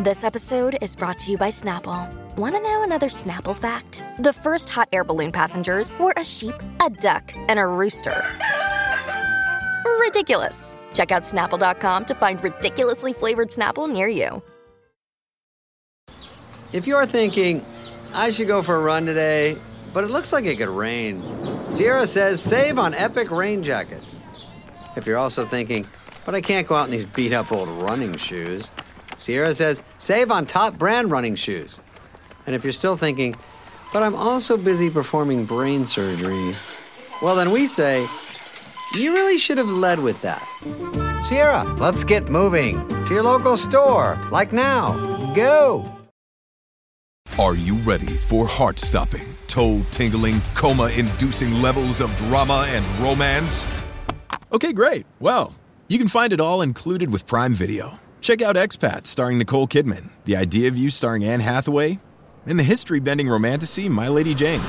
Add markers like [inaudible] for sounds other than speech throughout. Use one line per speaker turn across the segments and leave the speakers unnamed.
This episode is brought to you by Snapple. Want to know another Snapple fact? The first hot air balloon passengers were a sheep, a duck, and a rooster. Ridiculous. Check out snapple.com to find ridiculously flavored Snapple near you.
If you're thinking, I should go for a run today, but it looks like it could rain, Sierra says save on epic rain jackets. If you're also thinking, but I can't go out in these beat up old running shoes, Sierra says save on top brand running shoes. And if you're still thinking, but I'm also busy performing brain surgery, well, then we say, you really should have led with that. Sierra, let's get moving to your local store, like now. Go!
Are you ready for heart stopping, toe tingling, coma inducing levels of drama and romance?
Okay, great. Well, you can find it all included with Prime Video. Check out Expat starring Nicole Kidman, The Idea of You starring Anne Hathaway, and the history bending romanticy My Lady Jane.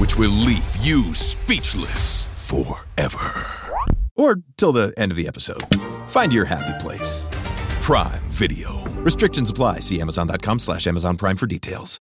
Which will leave you speechless forever.
Or till the end of the episode. Find your happy place.
Prime Video.
Restrictions apply. See Amazon.com slash Amazon Prime for details.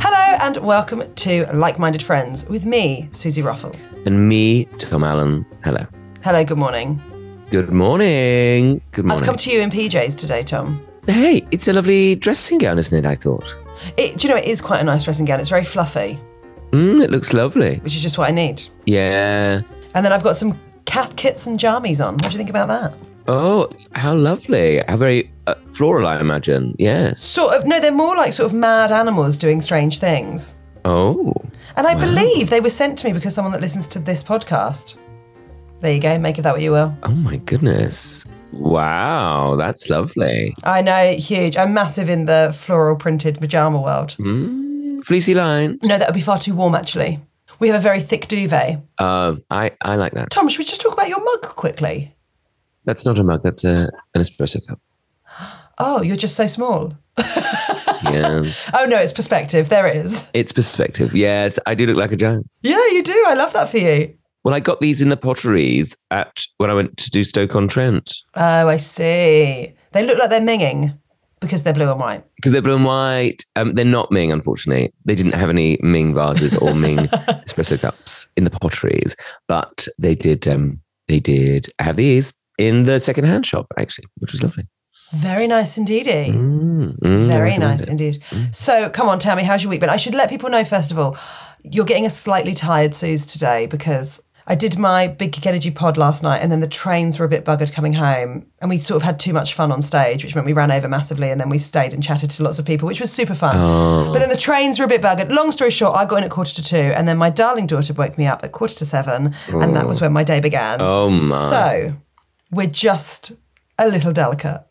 Hello and welcome to Like Minded Friends with me, Susie Ruffle.
And me, Tom Allen. Hello.
Hello, good morning.
Good morning. Good morning.
I've come to you in PJs today, Tom.
hey, it's a lovely dressing gown, isn't it? I thought.
It, do you know, it is quite a nice dressing gown. It's very fluffy,
Mm, it looks lovely.
which is just what I need.
Yeah.
And then I've got some Kath kits and jammies on. What do you think about that?
Oh, how lovely. How very uh, floral, I imagine. Yes.
Sort of, no, they're more like sort of mad animals doing strange things.
Oh.
And I believe they were sent to me because someone that listens to this podcast. There you go, make of that what you will.
Oh my goodness. Wow, that's lovely.
I know, huge. I'm massive in the floral printed pajama world.
Fleecy line.
No, that would be far too warm, actually. We have a very thick duvet.
Uh, I I like that.
Tom, should we just talk about your mug quickly?
That's not a mug. That's a an espresso cup.
Oh, you're just so small.
Yeah. [laughs]
Oh, no, it's perspective. There it is.
it's perspective. Yes, I do look like a giant.
Yeah, you do. I love that for you.
Well, I got these in the potteries at when I went to do Stoke on Trent.
Oh, I see. They look like they're minging because they're blue and white.
because they're blue and white. Um, they're not Ming, unfortunately. They didn't have any Ming vases or Ming espresso cups in the potteries, but they did. Um, they did have these in the second-hand shop actually, which was lovely.
Very nice indeed. eh?
Mm, mm, I Mm.
Very
recommend
nice
it.
indeed. So, come on, tell me, how's your week been? I should let people know, first of all, you're getting a slightly tired Suze today because I did my big Geek Energy pod last night and then the trains were a bit buggered coming home. And we sort of had too much fun on stage, which meant we ran over massively and then we stayed and chatted to lots of people, which was super fun.
Oh.
But then the trains were a bit buggered. Long story short, I got in at quarter to two and then my darling daughter woke me up at quarter to seven. And that was when my day began.
Oh my!
So we're just a little delicate.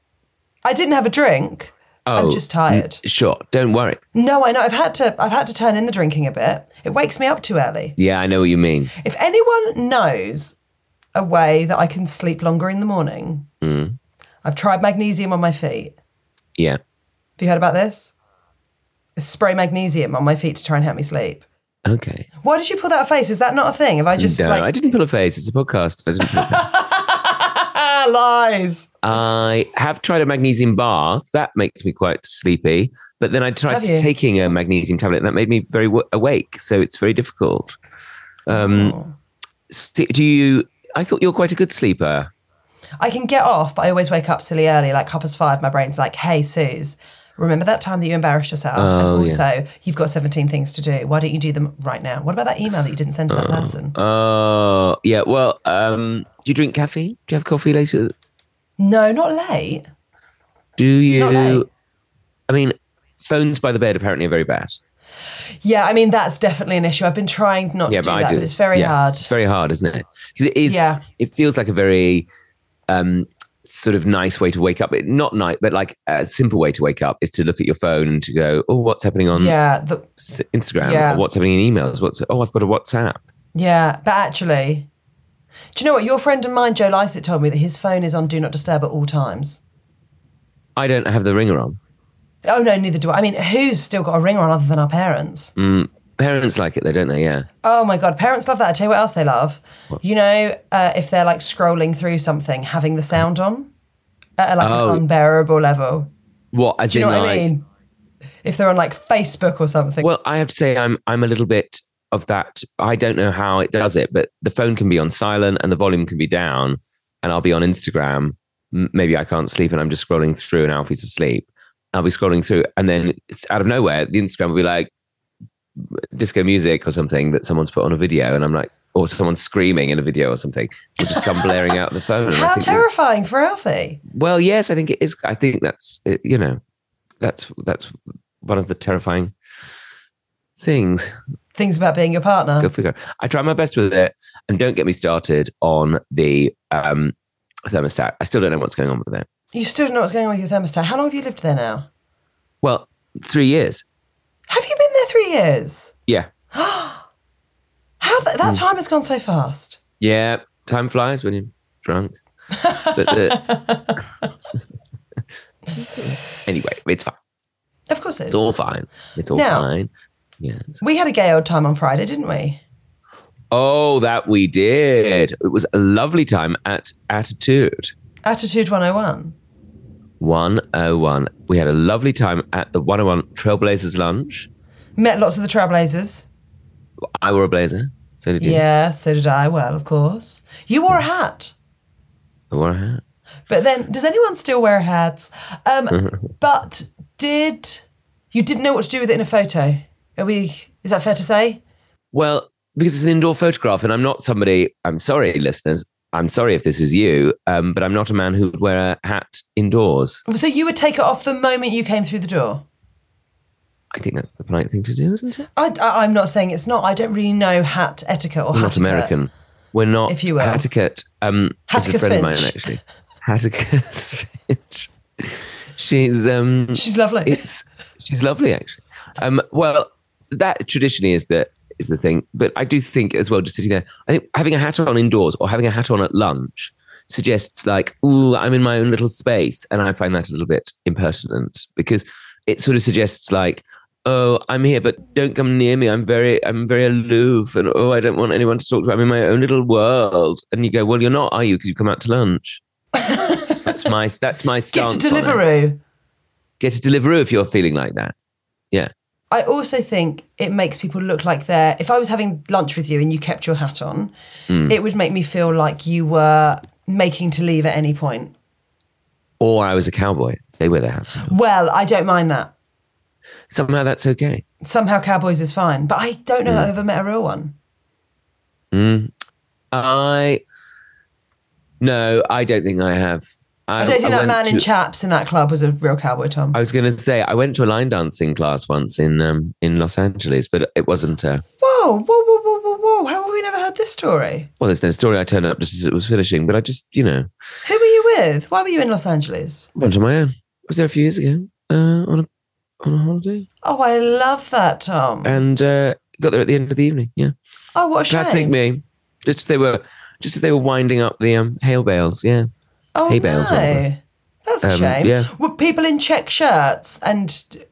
I didn't have a drink. I'm
Oh,
just tired.
Sure, don't worry.
No, I know. I've had to. I've had to turn in the drinking a bit. It wakes me up too early.
Yeah, I know what you mean.
If anyone knows a way that I can sleep longer in the morning,
Mm.
I've tried magnesium on my feet.
Yeah.
Have you heard about this? I spray magnesium on my feet to try and help me sleep.
Okay.
Why did you pull that face? Is that not a thing? Have I just
no,
like
I didn't pull a face. It's a podcast. I didn't. Pull a face.
ah lies?
I have tried a magnesium bath. That makes me quite sleepy. But then I tried
Have you?
taking a magnesium tablet, and that made me very w- awake. So it's very difficult. Um,
Oh.
s- Do you? I thought you're quite a good sleeper.
I can get off, but I always wake up silly early, like half past five. My brain's like, hey, Suze, remember that time that you embarrassed yourself? and also, you've got 17 things to do. Why don't you do them right now? What about that email that you didn't send to that person?
Oh, yeah. Well, um, do you drink caffeine? Do you have coffee later?
no, not late.
Do you?
Not late.
I mean, phones by the bed apparently are very bad.
Yeah, I mean, that's definitely an issue. I've been trying not to do that, but it's very
yeah,
hard.
It's very hard, isn't it? Because it is.
Yeah.
It feels like a very um, sort of nice way to wake up. It- Not night, but like a simple way to wake up is to look at your phone and to go, "Oh, what's happening on
yeah, the,
s- Instagram?
Yeah.
Or what's happening in emails? What's oh, I've got a WhatsApp."
yeah, but actually, Do you know what? Your friend and mine, Joe Lycett, told me that his phone is on Do Not Disturb at all times.
I don't have the ringer on.
Oh, no, neither do I. I mean, who's still got a ringer on other than our parents?
Parents like it though, don't they? Yeah.
Oh my god, parents love that. I tell you what else they love. You know, uh, if they're like scrolling through something, having the sound on at like
Oh.
an unbearable level.
What? As
Do you
in
know what
like,
I mean? If they're on like Facebook or something.
Well, I have to say, I'm I'm a little bit of that. I don't know how it does it, but the phone can be on silent and the volume can be down, and I'll be on Instagram. M- Maybe I can't sleep, and I'm just scrolling through, and Alfie's asleep. I'll be scrolling through, and then it's out of nowhere, the Instagram will be like disco music or something that someone's put on a video, and I'm like, or someone's screaming in a video or something, will just come [laughs] blaring out the phone. and I
How
think,
terrifying for Alfie.
Well, yes, I think it is. I think that's it, you know, that's that's one of the terrifying things.
Things about being your
Go
partner.
figure. I try my best with it, and don't get me started on the um, thermostat. I still don't know what's going on with it.
You still don't know what's going on with your thermostat. How long have you lived there now?
Well, three years.
Have you been there three years?
Yeah,
How th-
Hmm.
that time has gone so fast.
yeah. Time flies when you're drunk. But, uh, [laughs] anyway, it's fine.
Of course it
It's
is.
all fine. It's all
Now-
fine. Yes.
We had a gay old time on Friday, didn't we?
Oh, that we did. It was a lovely time at Attitude.
Attitude 101.
101. We had a lovely time at the 101 Trailblazers Lunch.
Met lots of the Trailblazers.
I wore a blazer. So did you.
Yeah, so did I. Well, of course. You wore a hat.
I wore a hat.
But then, does anyone still wear hats?
[laughs]
Um, but did you didn't know what to do with it in a photo? Are we? Is that fair to say?
Well, because it's an indoor photograph, and I'm not somebody, I'm sorry, listeners. I'm sorry if this is you, um, but I'm not a man who would wear a hat indoors.
So you would take it off the moment you came through the door.
I think that's the polite thing to do, isn't it?
I, am not saying it's not. I don't really know hat etiquette or
We're
hat
not American. We're not
If you will.
Hatticat. Um, is a
Hatticus
friend of mine,
Finch.
actually. Hatticus [laughs] Finch. She's um,
She's lovely.
it's she's lovely actually. Um, well, that traditionally is the is the thing, but I do think as well, just sitting there, I think having a hat on indoors or having a hat on at lunch suggests like, ooh, I'm in my own little space, and I find that a little bit impertinent because it sort of suggests like. Oh, I'm here, but don't come near me. I'm very, I'm very aloof, and oh, I don't want anyone to talk to. I'm in my own little world. And you go, well, you're not, are you? Because you've come out
[laughs]
to lunch. that's my, that's my
Get a
stance. on it
Deliveroo.
get a Deliveroo if you're feeling like that. Yeah.
I also think it makes people look like they're. If I was having lunch with you and you kept your hat on,
Hmm.
it would make me feel like you were making to leave at any point.
Or I was a cowboy. They wear their hats. on.
Well, I don't mind that.
Somehow that's okay.
somehow Cowboys is fine, but I don't know that I've ever met a real one.
I no, I don't think I have.
I, don't think
I
that
went
man in
to-
chaps in that club was a real cowboy, Tom.
I was going to say I went to a line dancing class once in um, in Los Angeles, but it wasn't. Uh,
whoa, whoa, whoa, whoa, whoa, whoa! How have we never heard this story?
well, there's no story. I turned up just as it was finishing, but I just you know
Who were you with? Why were you in Los Angeles?
went on my own. I was there a few years ago uh, on a on a holiday,
Oh, I love that, Tom.
and uh, got there at the end of the evening. Yeah.
oh, what a shame!
Classic me. Just as they were, just as they were winding up the um, hail bales. Yeah,
oh
hay
no,
bales, rather.
that's a
Um,
shame.
yeah. Mm.
Were people in check shirts and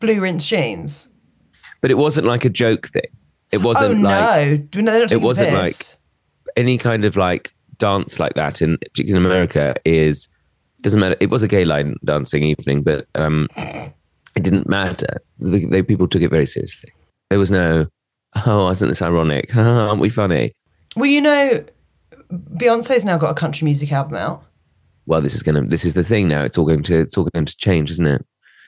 blue rinse jeans?
but it wasn't like a joke thing. It
Oh
wasn't like
no, no, they're not taking the
wasn't
piss.
any kind of like dance like that in particularly in America is doesn't matter. It was a gay line dancing evening, but um, it didn't matter. The, the people took it very seriously. There was no, oh, isn't this ironic? [laughs] Aren't we funny?
Well, you know, Beyonce's now got a country music album out.
Well, this is gonna. This is the thing now. It's all going to. It's all going to change, isn't it?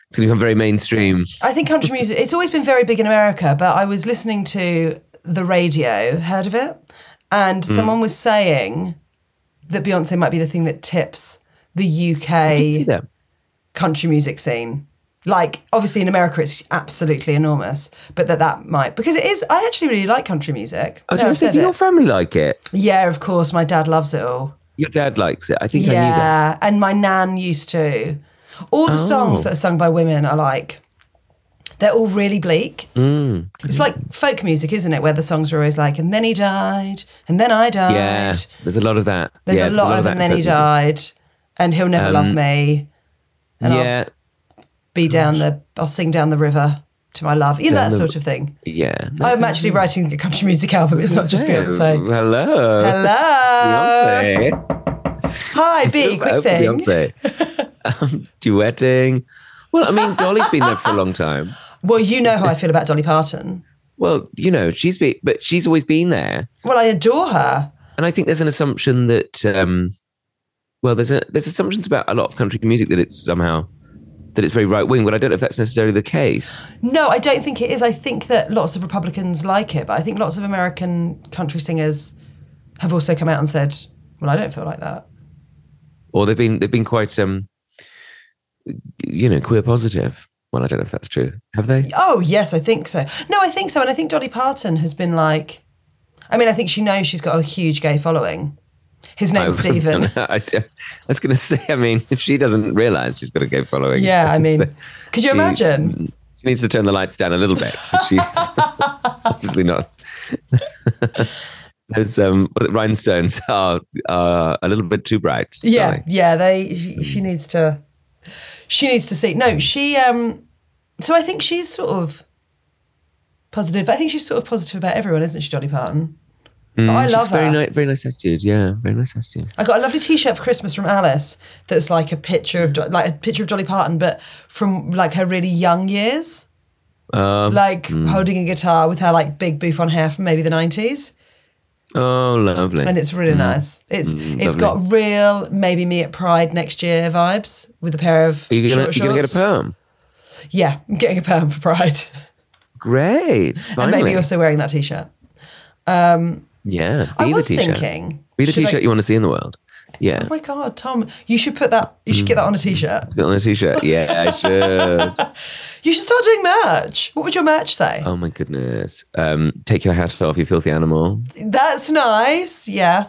It's going to become very mainstream.
I think country music, it's always been very big in America, but I was listening to the radio, heard of it? And
Hmm.
someone was saying that Beyonce might be the thing that tips the
I did see
UK
that.
country music scene. Like, obviously in America, it's absolutely enormous, but that that might, because it is, I actually really like country music.
I was
Now
going
I've
to say,
said
do
it.
your family like it?
yeah, of course, my dad loves it all.
Your dad likes it. I think I knew that.
Yeah, and my nan used to. All the songs that are sung by women are like They're all really bleak.
Mm.
It's like folk music, isn't it? Where the songs are always like, and then he died, and then I died.
Yeah, there's a lot of that.
There's
yeah,
a lot of,
that
and then he
in folk music. Um,
died, and he'll never love me. And
Yeah,
I'll be down the, I'll sing down the river to my love. You know, that
Down the-
sort of thing.
yeah.
I'm actually writing a country music album. Oh, It's not just Beyonce.
[laughs] Hello.
Hello.
Beyonce.
Hi, B, quick
Oh,
thing.
Beyonce.
[laughs]
um, duetting. Well, I mean, Dolly's been there for a long time.
Well, you know how I feel about Dolly Parton.
Well, you know, she's been, but she's always been there.
Well, I adore her.
And I think there's an assumption that, um, well, there's a there's assumptions about a lot of country music that it's somehow that it's very right wing, but I don't know if that's necessarily the case.
No, I don't think it is. I think that lots of Republicans like it, but I think lots of American country singers have also come out and said, "Well, I don't feel like that."
Or they've been they've been quite, um, you know, queer positive. Well, I don't know if that's true. Have they?
Oh, yes, I think so. No, I think so, and I think Dolly Parton has been like, I mean, I think she knows she's got a huge gay following. His name's
[laughs]
Stephen.
I, see- I was going to say, I mean, if she doesn't realize she's got a gay following,
Yeah, I mean, could you
She-
imagine?
she needs to turn the lights down a little bit. 'cause She's [laughs] obviously not. [laughs] Those um, what- rhinestones are, are a little bit too bright.
Yeah,
darling.
yeah. They she, she needs to. She needs to see. No, she. um So I think she's sort of positive. I think she's sort of positive about everyone, isn't she, Dolly Parton? but I
Mm, She's
love her.
very nice, very nice attitude. Yeah, very nice attitude.
I got a lovely T-shirt for Christmas from Alice that's like a picture of Do- like a picture of Dolly Parton, but from like her really young years,
Um,
like
hmm.
holding a guitar with her like big bouffant hair from maybe the nineties,
Oh, lovely.
and it's really
Hmm.
nice. It's it's got real maybe me at Pride next year vibes with a pair of
Are you gonna,
short
you gonna get a
shorts.
perm?
Yeah, I'm getting a perm for Pride,
Great.
and
Finally.
maybe also wearing that T-shirt.
yeah.
I
Be the
was
t-shirt.
thinking,
Be the
should I-
t-shirt you want to see in the world. Yeah.
Oh my god, Tom, you should put that. You should get that on a
Hmm.
T-shirt.
Put it on a t-shirt. Yeah,
[laughs]
I should.
You should start doing merch. What would your merch say?
Oh my goodness. Um, take your hat off, you filthy animal.
That's nice. Yeah.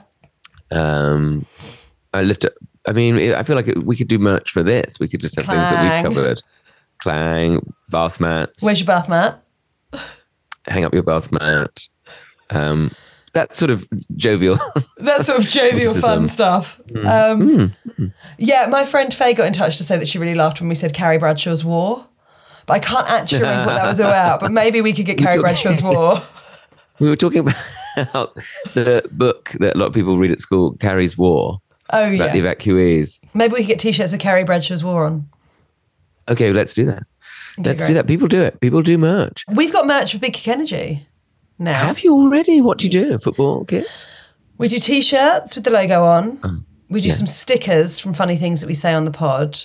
Um, I lift up. I mean, it- I feel like it, we could do merch for this. We could just have things that
Clang.
we've covered. Clang, bath mats,
Where's your bath mat?
hang up your bath mat. Um, that sort of jovial. [laughs]
That's sort of jovial,
Mysticism.
fun stuff.
hmm.
Um, Yeah, my friend Faye got in touch to say that she really laughed when we said Carrie Bradshaw's War. But I can't actually remember what that
[laughs]
was about. But maybe we could get Carrie
took-
Bradshaw's
[laughs]
War.
we were talking about the book that a lot of people read at school, Carrie's War,
Oh, yeah.
about the evacuees.
Maybe we could get t shirts with Carrie Bradshaw's War on.
Okay, let's do that. let's do
great.
that. People do it. People do merch.
We've got merch for Big Kick Energy now.
Have you already? What do you do? Football kits?
We do t shirts with the logo on.
Oh,
we do some stickers from funny things that we say on the pod.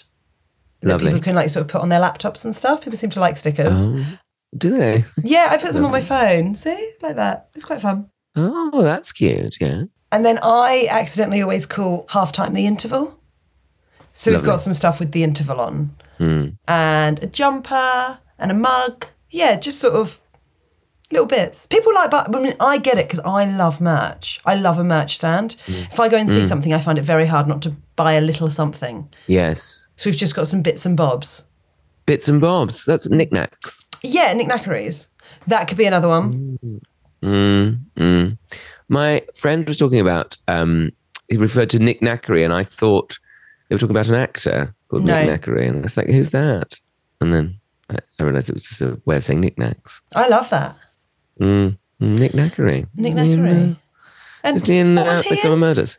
That
Lovely. Oh.
people can like sort of put on their laptops and stuff. People seem to like stickers.
Do they?
Yeah, I put some on my phone. See, like that. It's quite fun.
Oh, that's cute. Yeah.
And then I accidentally always call halftime the interval. So we've got some stuff with the interval on, and a jumper and a mug. Yeah, just sort of little bits. People like, but I mean, I get it because I love merch. I love a merch stand. If I go and see something, I find it very hard not to buy a little something.
Yes.
So we've just got some bits and bobs.
Bits and bobs. That's knickknacks.
Yeah, knickknackeries. That could be another one.
My friend was talking about, um, he referred to Nick Knackery, and I thought they were talking about an actor called
No.
Nick Knackery. And I was like, who's that? And then I, I realized it was just a way of saying knickknacks.
I love that.
Mm. Nick Knackery. uh,
Nick Knackery. And
Isn't he in
what was
uh,
he in?
Midsummer Murders?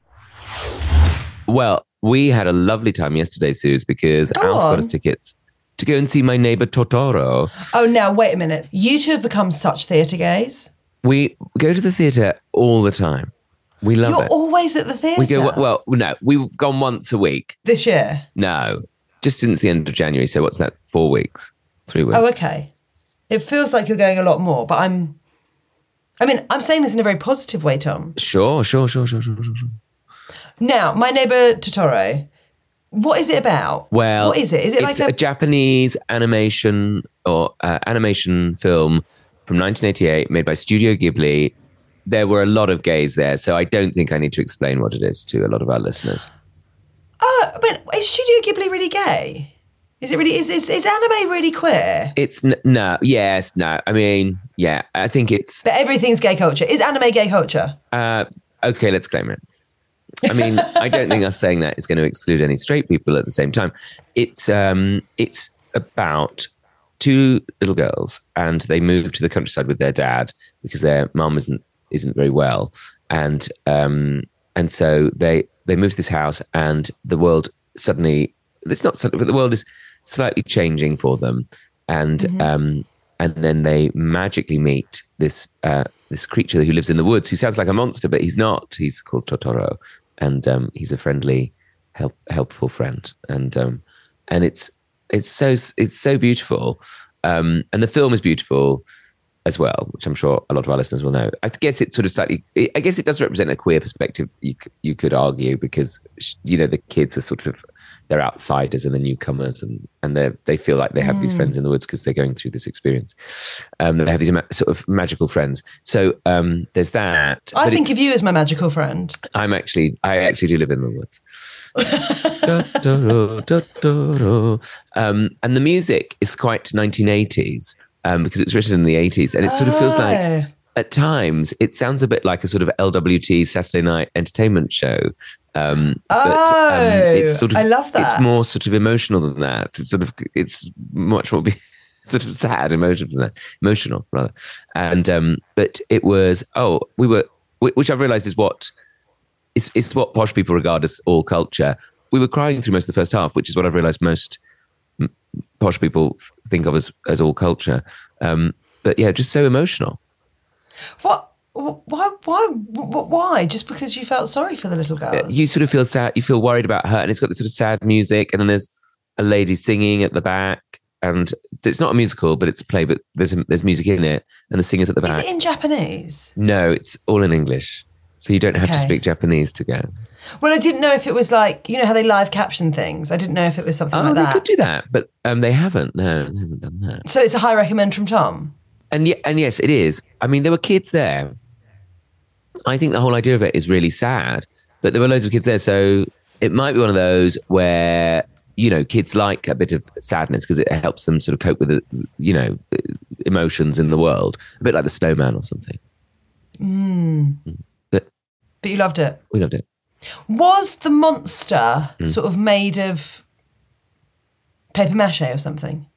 Well, we had a lovely time yesterday, Suze, because
Go
Alf got
on.
us tickets to go and see my neighbor Totoro.
Oh, now wait a minute. You two have become such theatre gays.
We go to the theatre all the time. We love
You're
it.
always at the theatre.
we go, well, no, we've gone once a week.
this year.
No. just since the end of January. So what's that? Four weeks, three weeks.
Oh, okay. It feels like you're going a lot more, but I'm. I mean, I'm saying this in a very positive way, Tom.
Sure, sure, sure, sure, sure, sure. sure.
Now, my neighbor Totoro. What is it about?
Well,
what is it? Is it
it's
like a,
Japanese animation or uh, animation film from 1988 made by Studio Ghibli? There were a lot of gays there, so I don't think I need to explain what it is to a lot of our listeners.
Oh, but is Studio Ghibli really gay? Is it really? Is is, is anime really queer?
It's n- no, yes, no. I mean, yeah, I think it's
But everything's gay culture. Is anime gay culture?
uh, okay. Let's claim it. I mean, I don't think us saying that is going to exclude any straight people at the same time. It's um, it's about two little girls, and they move to the countryside with their dad because their mum isn't isn't very well, and um, and so they they move to this house, and the world suddenly it's not suddenly, but the world is slightly changing for them, and um, and then they magically meet this uh, this creature who lives in the woods, who sounds like a monster, but he's not. He's called Totoro, and um, he's a friendly, help, helpful friend, and um, and it's it's so it's so beautiful, um, and the film is beautiful as well, which I'm sure a lot of our listeners will know. I guess it's sort of slightly. I guess it does represent a queer perspective. You c- you could argue because sh- you know the kids are sort of they're outsiders and the newcomers, and and they they feel like they have
Mm.
these friends in the woods because they're going through this experience. Um, they have these ma- sort of magical friends. So um, there's that.
I
but
think
it's-
of you as my magical friend.
I'm actually I actually do live in the woods.
[laughs]
Da-da-da, da-da-da. um, and the music is quite 1980s um, because it's written in the 80s, and it sort of feels like at times it sounds a bit like a sort of LWT Saturday night entertainment show. Um, but um,
Oh,
it's sort of
I love that.
It's more sort of emotional than that. It's sort of it's much more be- [laughs] sort of sad, emotional than that, emotional rather. And um, but it was oh we were whi- which I've realised is what it's, it's what posh people regard as all culture. We were crying through most of the first half, which is what I've realised most mm, posh people f- think of as as all culture. Um, but yeah, just so emotional.
What? wh- Why? Why? wh- Why? Just because you felt sorry for the little girls?
You sort of feel sad. You feel worried about her, and it's got this sort of sad music, and then there's a lady singing at the back, and it's not a musical, but it's a play, but there's there's music in it, and the singer's at the
is
back.
it in Japanese?
no, it's all in English, so you don't have to
Okay.
speak Japanese to go.
Well, I didn't know if it was like you know how they live caption things. I didn't know if it was something
Oh,
like
they
that.
could do that, but um, they haven't. No, they haven't done that.
so it's a high recommend from Tom.
and ye- and yes, it is. I mean, there were kids there. I think the whole idea of it is really sad, but there were loads of kids there, so it might be one of those where you know kids like a bit of sadness because it helps them sort of cope with the you know emotions in the world, a bit like the snowman or something.
But you loved it.
We loved it.
Was the monster
Hmm.
sort of made of paper mache or something?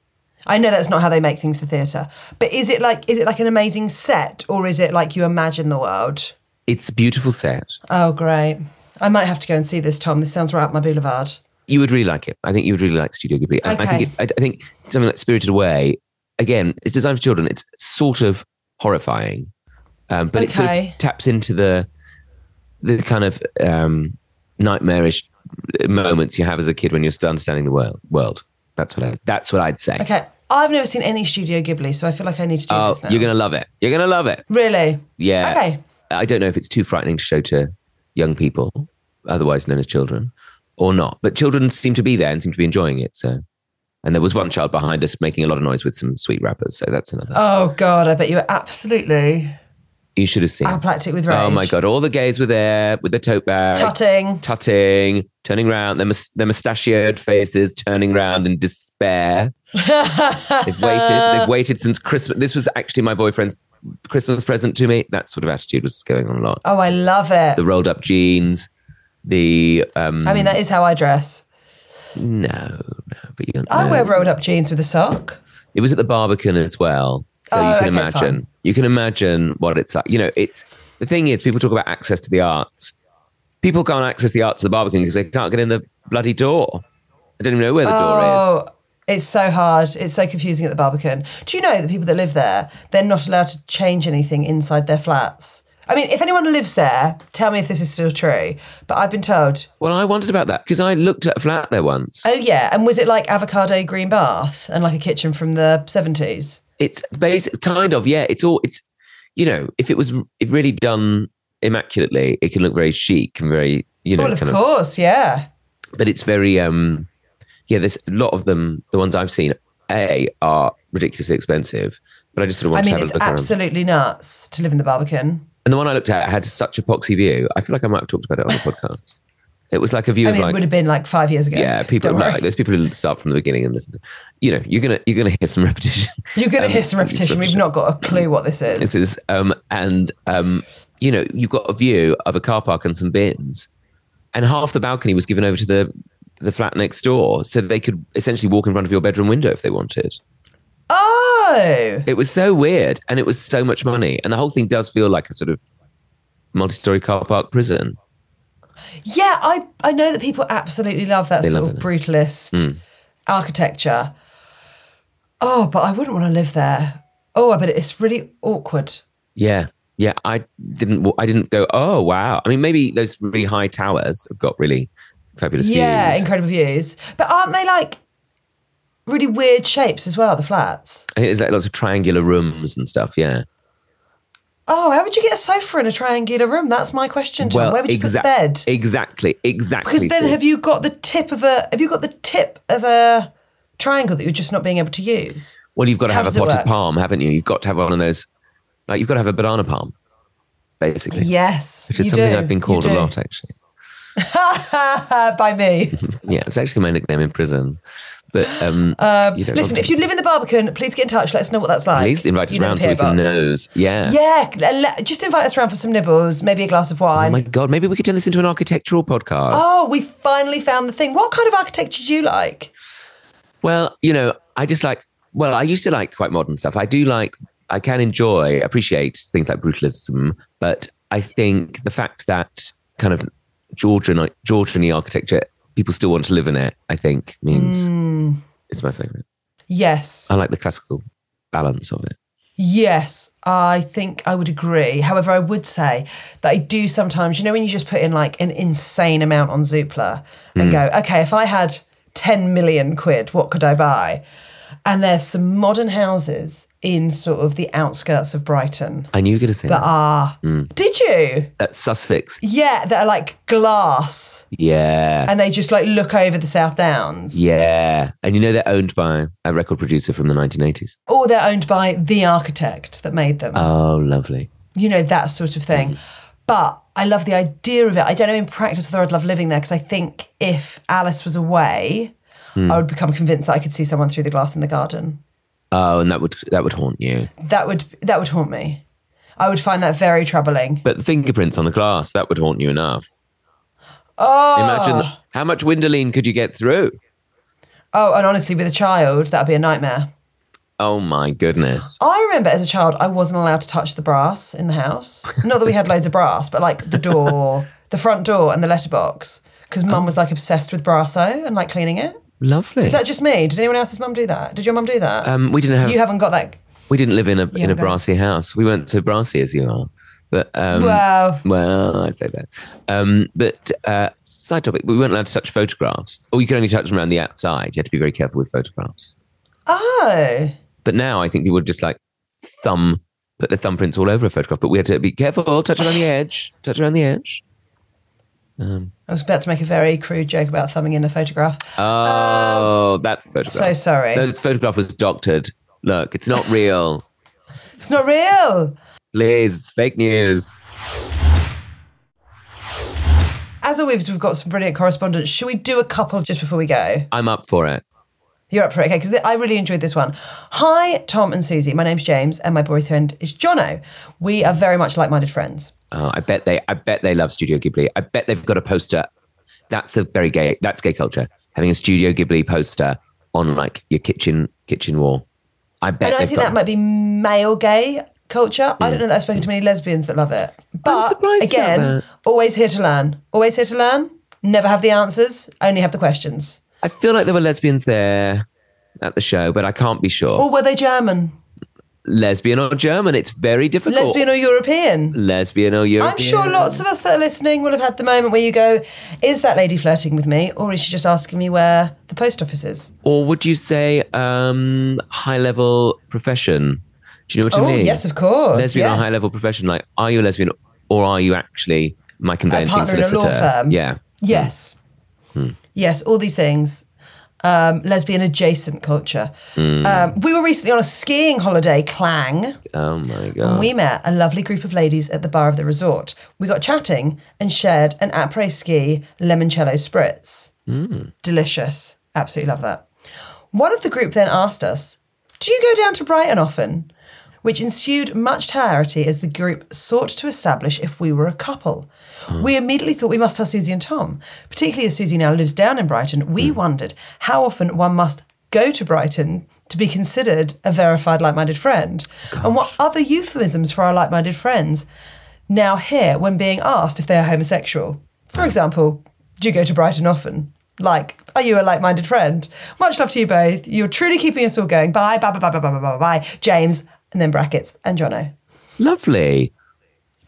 I know that's not how they make things for theatre, but is it like is it like an amazing set or is it like you imagine the world?
It's a beautiful set.
Oh, great! I might have to go and see this, Tom. This sounds right up my boulevard.
you would really like it. I think you would really like Studio Ghibli. I, I think
Okay.
it, I, I think something like Spirited Away, again, it's designed for children. It's sort of horrifying, um, but it sort of
Okay.
taps into the the kind of um, nightmarish moments you have as a kid when you're still understanding the world. World. That's what I. That's what I'd say.
Okay, I've never seen any Studio Ghibli, so I feel like I need to do
Oh,
this now.
you're gonna love it. You're gonna love it.
really?
Yeah.
Okay.
I don't know if it's too frightening to show to young people, otherwise known as children, or not. But children seem to be there and seem to be enjoying it. So, and there was one child behind us making a lot of noise with some sweet wrappers. So that's another.
Oh God, I bet you were absolutely
you should have seen.
apoplectic with rage.
Oh my god! All the gays were there with their tote bags,
Tutting.
tutting, turning round. Their, mus- their mustachioed faces turning round in despair.
[laughs]
they've waited. They've waited since Christmas. This was actually my boyfriend's Christmas present to me. That sort of attitude was going on a lot.
Oh, I love it.
the rolled up jeans, the um
I mean, that is how I dress.
no, no, but you
I
no.
wear rolled up jeans with a sock.
it was at the Barbican as well. So
Oh,
you
okay,
can imagine.
fine.
You can imagine what it's like. You know, it's the thing is people talk about access to the arts. People can't access the arts at the Barbican because they can't get in the bloody door. I don't even know where the door
Oh,
is.
it's so hard. It's so confusing at the Barbican. Do you know the people that live there? They're not allowed to change anything inside their flats. I mean, if anyone lives there, tell me if this is still true. But I've been told,
Well, I wondered about that because I looked at a flat there once.
oh yeah, and was it like avocado green bath and like a kitchen from the seventies?
It's basic, kind of, yeah. It's all, it's, you know, if it was if really done immaculately, it can look very chic and very, you know,
well, of
kind
course, yeah.
of. But it's very, um, yeah. There's a lot of them. The ones I've seen, a are ridiculously expensive. But I just sort of
I
wanted
mean,
to have
it's
a look around.
absolutely nuts to live in the Barbican.
And the one I looked at had such a poxy view. I feel like I might have talked about it on
[laughs]
the podcast. It was like a view
I
of
mean, it
like
would have been like five years ago.
Yeah, people
Don't
no,
worry.
like those people who start from the beginning and listen. To, you know, you're gonna you're gonna hear some [laughs] repetition.
You're going to
Um,
hear some
it's
repetition. We've not
[clears throat]
got a clue what this is.
This is um and um you know you've got a view of a car park and some bins, and half the balcony was given over to the the flat next door, so they could essentially walk in front of your bedroom window if they wanted.
oh,
It was so weird, and it was so much money, and the whole thing does feel like a sort of multi-story car park prison.
yeah. I I know that people absolutely love that
They
sort
love
of
it. Hmm.
brutalist architecture. Oh, but I wouldn't want to live there. Oh, I bet it's really awkward.
Yeah. Yeah, I didn't. wa- I didn't go. Oh wow! I mean, maybe those really high towers have got really fabulous
Yeah,
views.
incredible views. But aren't they like really weird shapes as well? The flats.
I think there's like lots of triangular rooms and stuff. Yeah.
Oh, how would you get a sofa in a triangular room? That's my question, Tom. Where would you
exac-
put the bed?
Exactly. Exactly.
Because then
Sis.
have you got the tip of a have you got the tip of a triangle that you're just not being able to use?
Well, you've got to
how
have a
does it
potted
work?
palm, haven't you? You've got to have one of those. Like you've got to have a banana palm, basically.
Yes.
Which is
you
something
do.
I've been
You
called a
do. Uh,
lot, actually.
By me.
[laughs] Yeah, it's actually my nickname in prison. But um, you don't
Uh, Listen,
want
if
to-
you live in the Barbican, please get in touch. Let us know what that's like.
please invite us
You know,
around
the
so we
PO
can
box.
know. Yeah.
Yeah, le- le- just invite us around for some nibbles, maybe a glass of
Oh
wine.
my god, maybe we could turn this into an architectural podcast.
Oh, we finally found the thing. What kind of architecture do you like?
Well, you know, I just like, well, I used to like quite modern stuff. I do like, I can enjoy, appreciate things like brutalism, but I think the fact that kind of Georgian, Georgian architecture, people still want to live in it, I think means
Hmm.
it's my favorite.
Yes.
I like the classical balance of it.
Yes, I think I would agree. However, I would say that I do sometimes, you know, when you just put in like an insane amount on Zoopla
Mm.
and go, okay, if I had 10 million quid, what could I buy? And there's some modern houses in sort of the outskirts of Brighton.
I knew you were going to say that.
Ah,
Mm.
did you?
That's Sussex.
Yeah, that are like glass
Yeah.
and they just like look over the South Downs.
yeah. And you know, they're owned by a record producer from the 1980s.
Or they're owned by the architect that made them.
Oh, lovely.
you know, that sort of thing. But I love the idea of it. I don't know in practice whether I'd love living there because I think if Alice was away, I would become convinced that I could see someone through the glass in the garden.
Oh, and that would, that would haunt you.
That would that would haunt me. I would find that very troubling.
But the fingerprints on the glass, that would haunt you enough.
Oh,
Imagine how much windoline could you get through?
oh, and honestly, with a child, that'd be a nightmare.
Oh my goodness.
I remember as a child, I wasn't allowed to touch the brass in the house. Not that we had loads of brass, but like the door, the front door, and the letterbox, because Mum was like obsessed with brasso and like cleaning it.
Lovely.
Is that just me? Did anyone else's mum do that? Did your mum do that?
um, we didn't have,
you haven't got that.
we didn't live in a in a
go on.
brassy house. We weren't so brassy as you are. But um
Wow.
well, I say that. Um, but uh, side topic, we weren't allowed to touch photographs. Or you could only touch them around the outside. You had to be very careful with photographs.
Oh,
But now I think people would just like thumb put their thumbprints all over a photograph. But we had to be careful, touch around the edge, touch around the edge.
I was about to make a very crude joke about thumbing in a photograph.
Oh, that photograph.
so sorry.
That photograph was doctored. Look, it's not real.
it's not real.
Liz, it's fake news.
As always, we've got some brilliant correspondence. Should we do a couple just before we go?
I'm up for it.
You're up for it, okay? Because I really enjoyed this one. Hi, Tom and Susie. My name's James, and my boyfriend is Jono. We are very much like-minded friends.
Oh, I bet they. I bet they love Studio Ghibli. I bet they've got a poster. That's a very gay. That's gay culture. Having a Studio Ghibli poster on like your kitchen kitchen wall. I bet.
And I
they've
think
got
that might be male gay culture. I don't know that I've spoken to many lesbians that love it. But
surprised about
again,
that.
always here to learn. Always here to learn. Never have the answers, only have the questions.
I feel like there were lesbians there at the show, but I can't be sure.
Or were they German?
lesbian or German. It's very difficult.
Lesbian or European?
lesbian or European.
I'm sure lots of us that are listening will have had the moment where you go, is that lady flirting with me? Or is she just asking me where the post office is?
Or would you say um, high level profession? Do you know what
Oh,
I mean?
yes, of course,
Lesbian
yes.
or high level profession. Like, are you a lesbian or are you actually my conveyancing
partner in a law
solicitor?
firm.
Yeah.
Yes.
Hmm.
Yes, all these things. Um, lesbian adjacent culture. Um, we were recently on a skiing holiday, Clang.
Hmm. Oh my god.
We met a lovely group of ladies at the bar of the resort. We got chatting and shared an après ski limoncello spritz. Delicious. Absolutely love that. One of the group then asked us, Do you go down to Brighton often? Which ensued much hilarity as the group sought to establish if we were a couple. We immediately thought we must have Susie and Tom, particularly as Susie now lives down in Brighton. We wondered how often one must go to Brighton to be considered a verified like minded friend, and what other euphemisms for our like minded friends now hear when being asked if they are homosexual. For example, do you go to Brighton often? Like, are you a like minded friend? Much love to you both. You're truly keeping us all going. Bye, bye, bye, bye, bye, bye, bye, bye, bye. James, and then brackets, and Jono.
Lovely.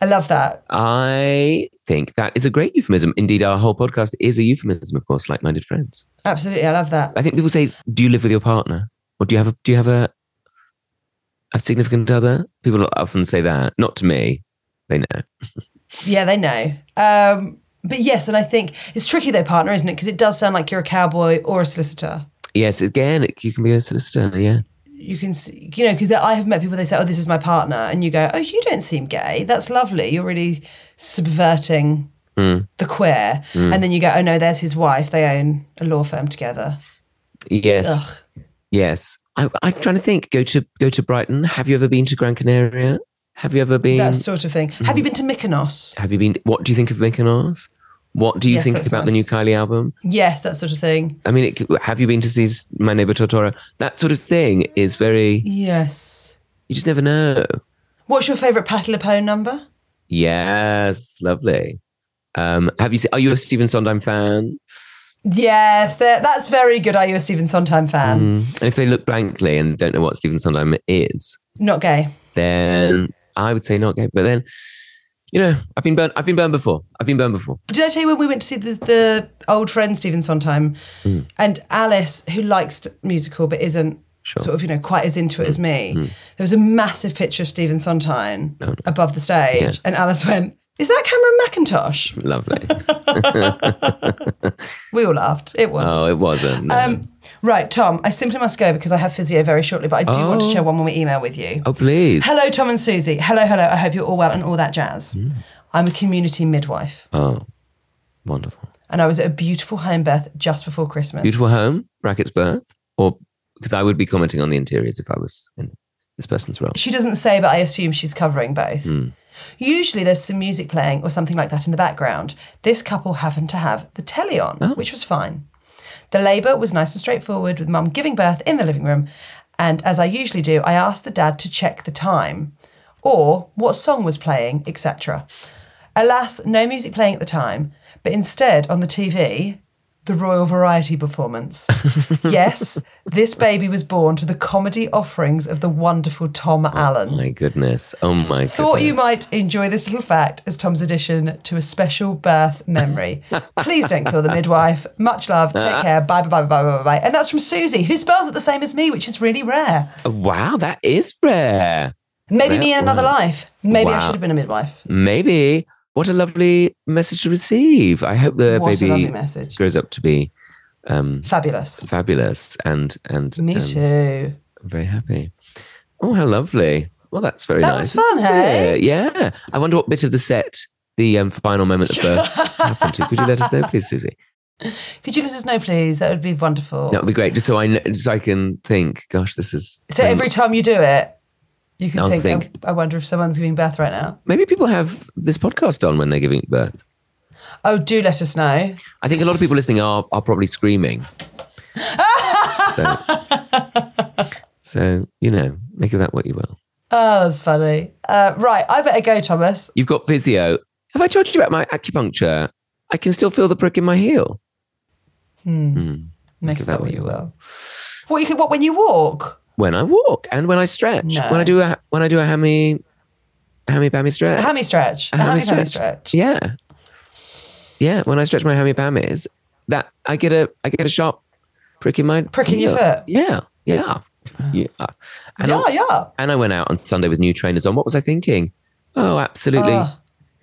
I love that.
I think that is a great euphemism. Indeed, our whole podcast is a euphemism, of course, like minded friends.
Absolutely, I love that.
I think people say, "Do you live with your partner?" or "Do you have a do you have a a significant other?" People often say that. Not to me. They know.
Yeah, they know. Um, but yes, and I think it's tricky though, partner, isn't it? Because it does sound like you're a cowboy or a solicitor.
Yes, again, it, you can be a solicitor. Yeah,
You can, s- you know, because I have met people. They say, "Oh, this is my partner," and you go, "Oh, you don't seem gay. That's lovely. You're really subverting the queer." And then you go, "Oh no, there's his wife. They own a law firm together."
yes,
Ugh.
yes. I, I'm trying to think. Go to go to Brighton. Have you ever been to Gran Canaria? Have you ever been?
That sort of thing. Have you been to Mykonos?
Have you been? What do you think of Mykonos? What do you
Yes,
think
that's
about the
nice.
new Kylie album?
Yes, that sort of thing.
I mean, it, could- have you been to see My Neighbor Totoro? That sort of thing is very.
Yes.
You just never know.
What's your favourite Pat Lapone number?
Yes, lovely. Um, have you seen? Are you a Stephen Sondheim fan?
Yes, that- that's very good. Are you a Stephen Sondheim fan?
And if they look blankly and don't know what Stephen Sondheim is,
Not gay.
then I would say not gay. But then, you know, I've been burned. I've been burned before. I've been burned before.
Did I tell you when we went to see the, the old friend Stephen Sondheim
Hmm.
and Alice, who likes t- musical but isn't sort of you know quite as into it
Hmm.
as me? There was a massive picture of Stephen Sondheim above the stage,
Oh, Yeah.
and Alice went, "Is that Cameron McIntosh?" [laughs]
Lovely.
We all laughed. It was.
oh, it wasn't. no.
Um, right, Tom, I simply must go because I have physio very shortly, but I do want to
Oh.
share one more email with you.
oh, please.
Hello, Tom and Susie. Hello, hello. I hope you're all well and all that jazz.
Hmm.
I'm a community midwife,
Oh, wonderful.
and I was at a beautiful home birth just before Christmas.
Beautiful home. Brackets birth. Or because I would be commenting on the interiors if I was in this person's role.
She doesn't say, but I assume she's covering both. Usually there's some music playing or something like that in the background. This couple happened to have the telly on, which was fine. The labour was nice and straightforward, with mum giving birth in the living room. And as I usually do, I asked the dad to check the time or what song was playing, etc. Alas, no music playing at the time, but instead on the TV, the Royal Variety performance. yes, this baby was born to the comedy offerings of the wonderful Tom Allen.
My goodness. Oh my.
Thought you
goodness.
might enjoy this little fact as Tom's addition to a special birth
[laughs]
memory. Please don't kill the midwife. Much love.
Uh.
Take care. Bye bye bye bye bye bye bye. And that's from Susie, who spells it the same as me, which is really rare.
Oh, Wow, that is rare.
Maybe
Rare
me in another
word.
life. Maybe I
Wow.
should have been a midwife.
Maybe. What a lovely message to receive. I hope the
What a lovely
baby
message.
grows up to be
Fabulous.
fabulous and and,
Me
Hmm. and
too.
I'm very happy. Oh, how lovely. Well, that's very
That
nice.
was fun,
isn't
hey?
it? Yeah. I wonder what bit of the set the um, final moment of
[laughs]
birth happened to. Could you let us know, please, Susie?
Could you let us know, please? That would be wonderful.
That would be great. Just so I know, just so I can think. Gosh, this is
So every time you do it, you can
I'll
think, "Oh,
think.
I, I wonder if someone's giving birth right now.
maybe people have this podcast on when they're giving birth.
Oh, do let us know.
I think a lot of people listening are are probably screaming. so,
[laughs]
so you know, make of that what you will.
Oh, that's funny. Uh, right, I better go, Thomas.
You've got physio. Have I told you about my acupuncture? I can still feel the prick in my heel.
Make
of
of
that
that
what
what you
you
will. What you can, what when you walk?
when I walk and when I stretch.
No.
When I do a when I do a hammy, hammy bammy stretch.
A hammy stretch. A hammy, hammy stretch.
Yeah, yeah. When I stretch my hammy bammies, that I get a I get a sharp prick in my
Pricking your
heel.
foot.
Yeah, yeah, yeah. And
Yeah,
I,
yeah.
And I went out on Sunday with new trainers on. What was I thinking? Oh, absolutely.
Ah.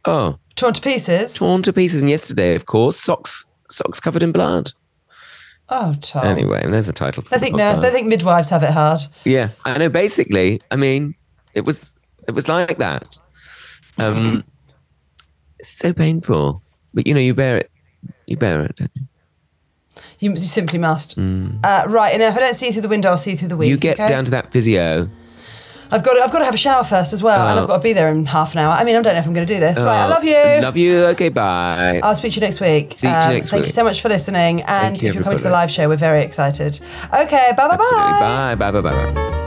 oh,
Torn to pieces.
torn to pieces. And yesterday, of course, socks socks covered in blood.
Oh, Tom.
Anyway, and there's a title. For
They
the
think nurse,
podcast.
they think midwives have it hard.
Yeah, I know. Basically, I mean, it was it was like that.
[laughs]
Um, it's so painful, but you know, you bear it. You bear it. Don't you?
You, you simply must. Uh, right, and if I don't see you through the window, I'll see you through the week.
Mm. you get
okay?
down to that physio.
I've got. To, I've got to have a shower first as well, and
Oh.
I've got to be there in half an hour. I mean, I don't know if I'm going to do this. right, I love you.
Love you. Okay, bye.
I'll speak to you next week. Um,
See you next
thank you
week.
so much for listening, and
you,
if you're coming to the
everybody.
live show, we're very excited. Okay, bye bye
Absolutely.
bye.
Bye. Bye. Bye. Bye. bye.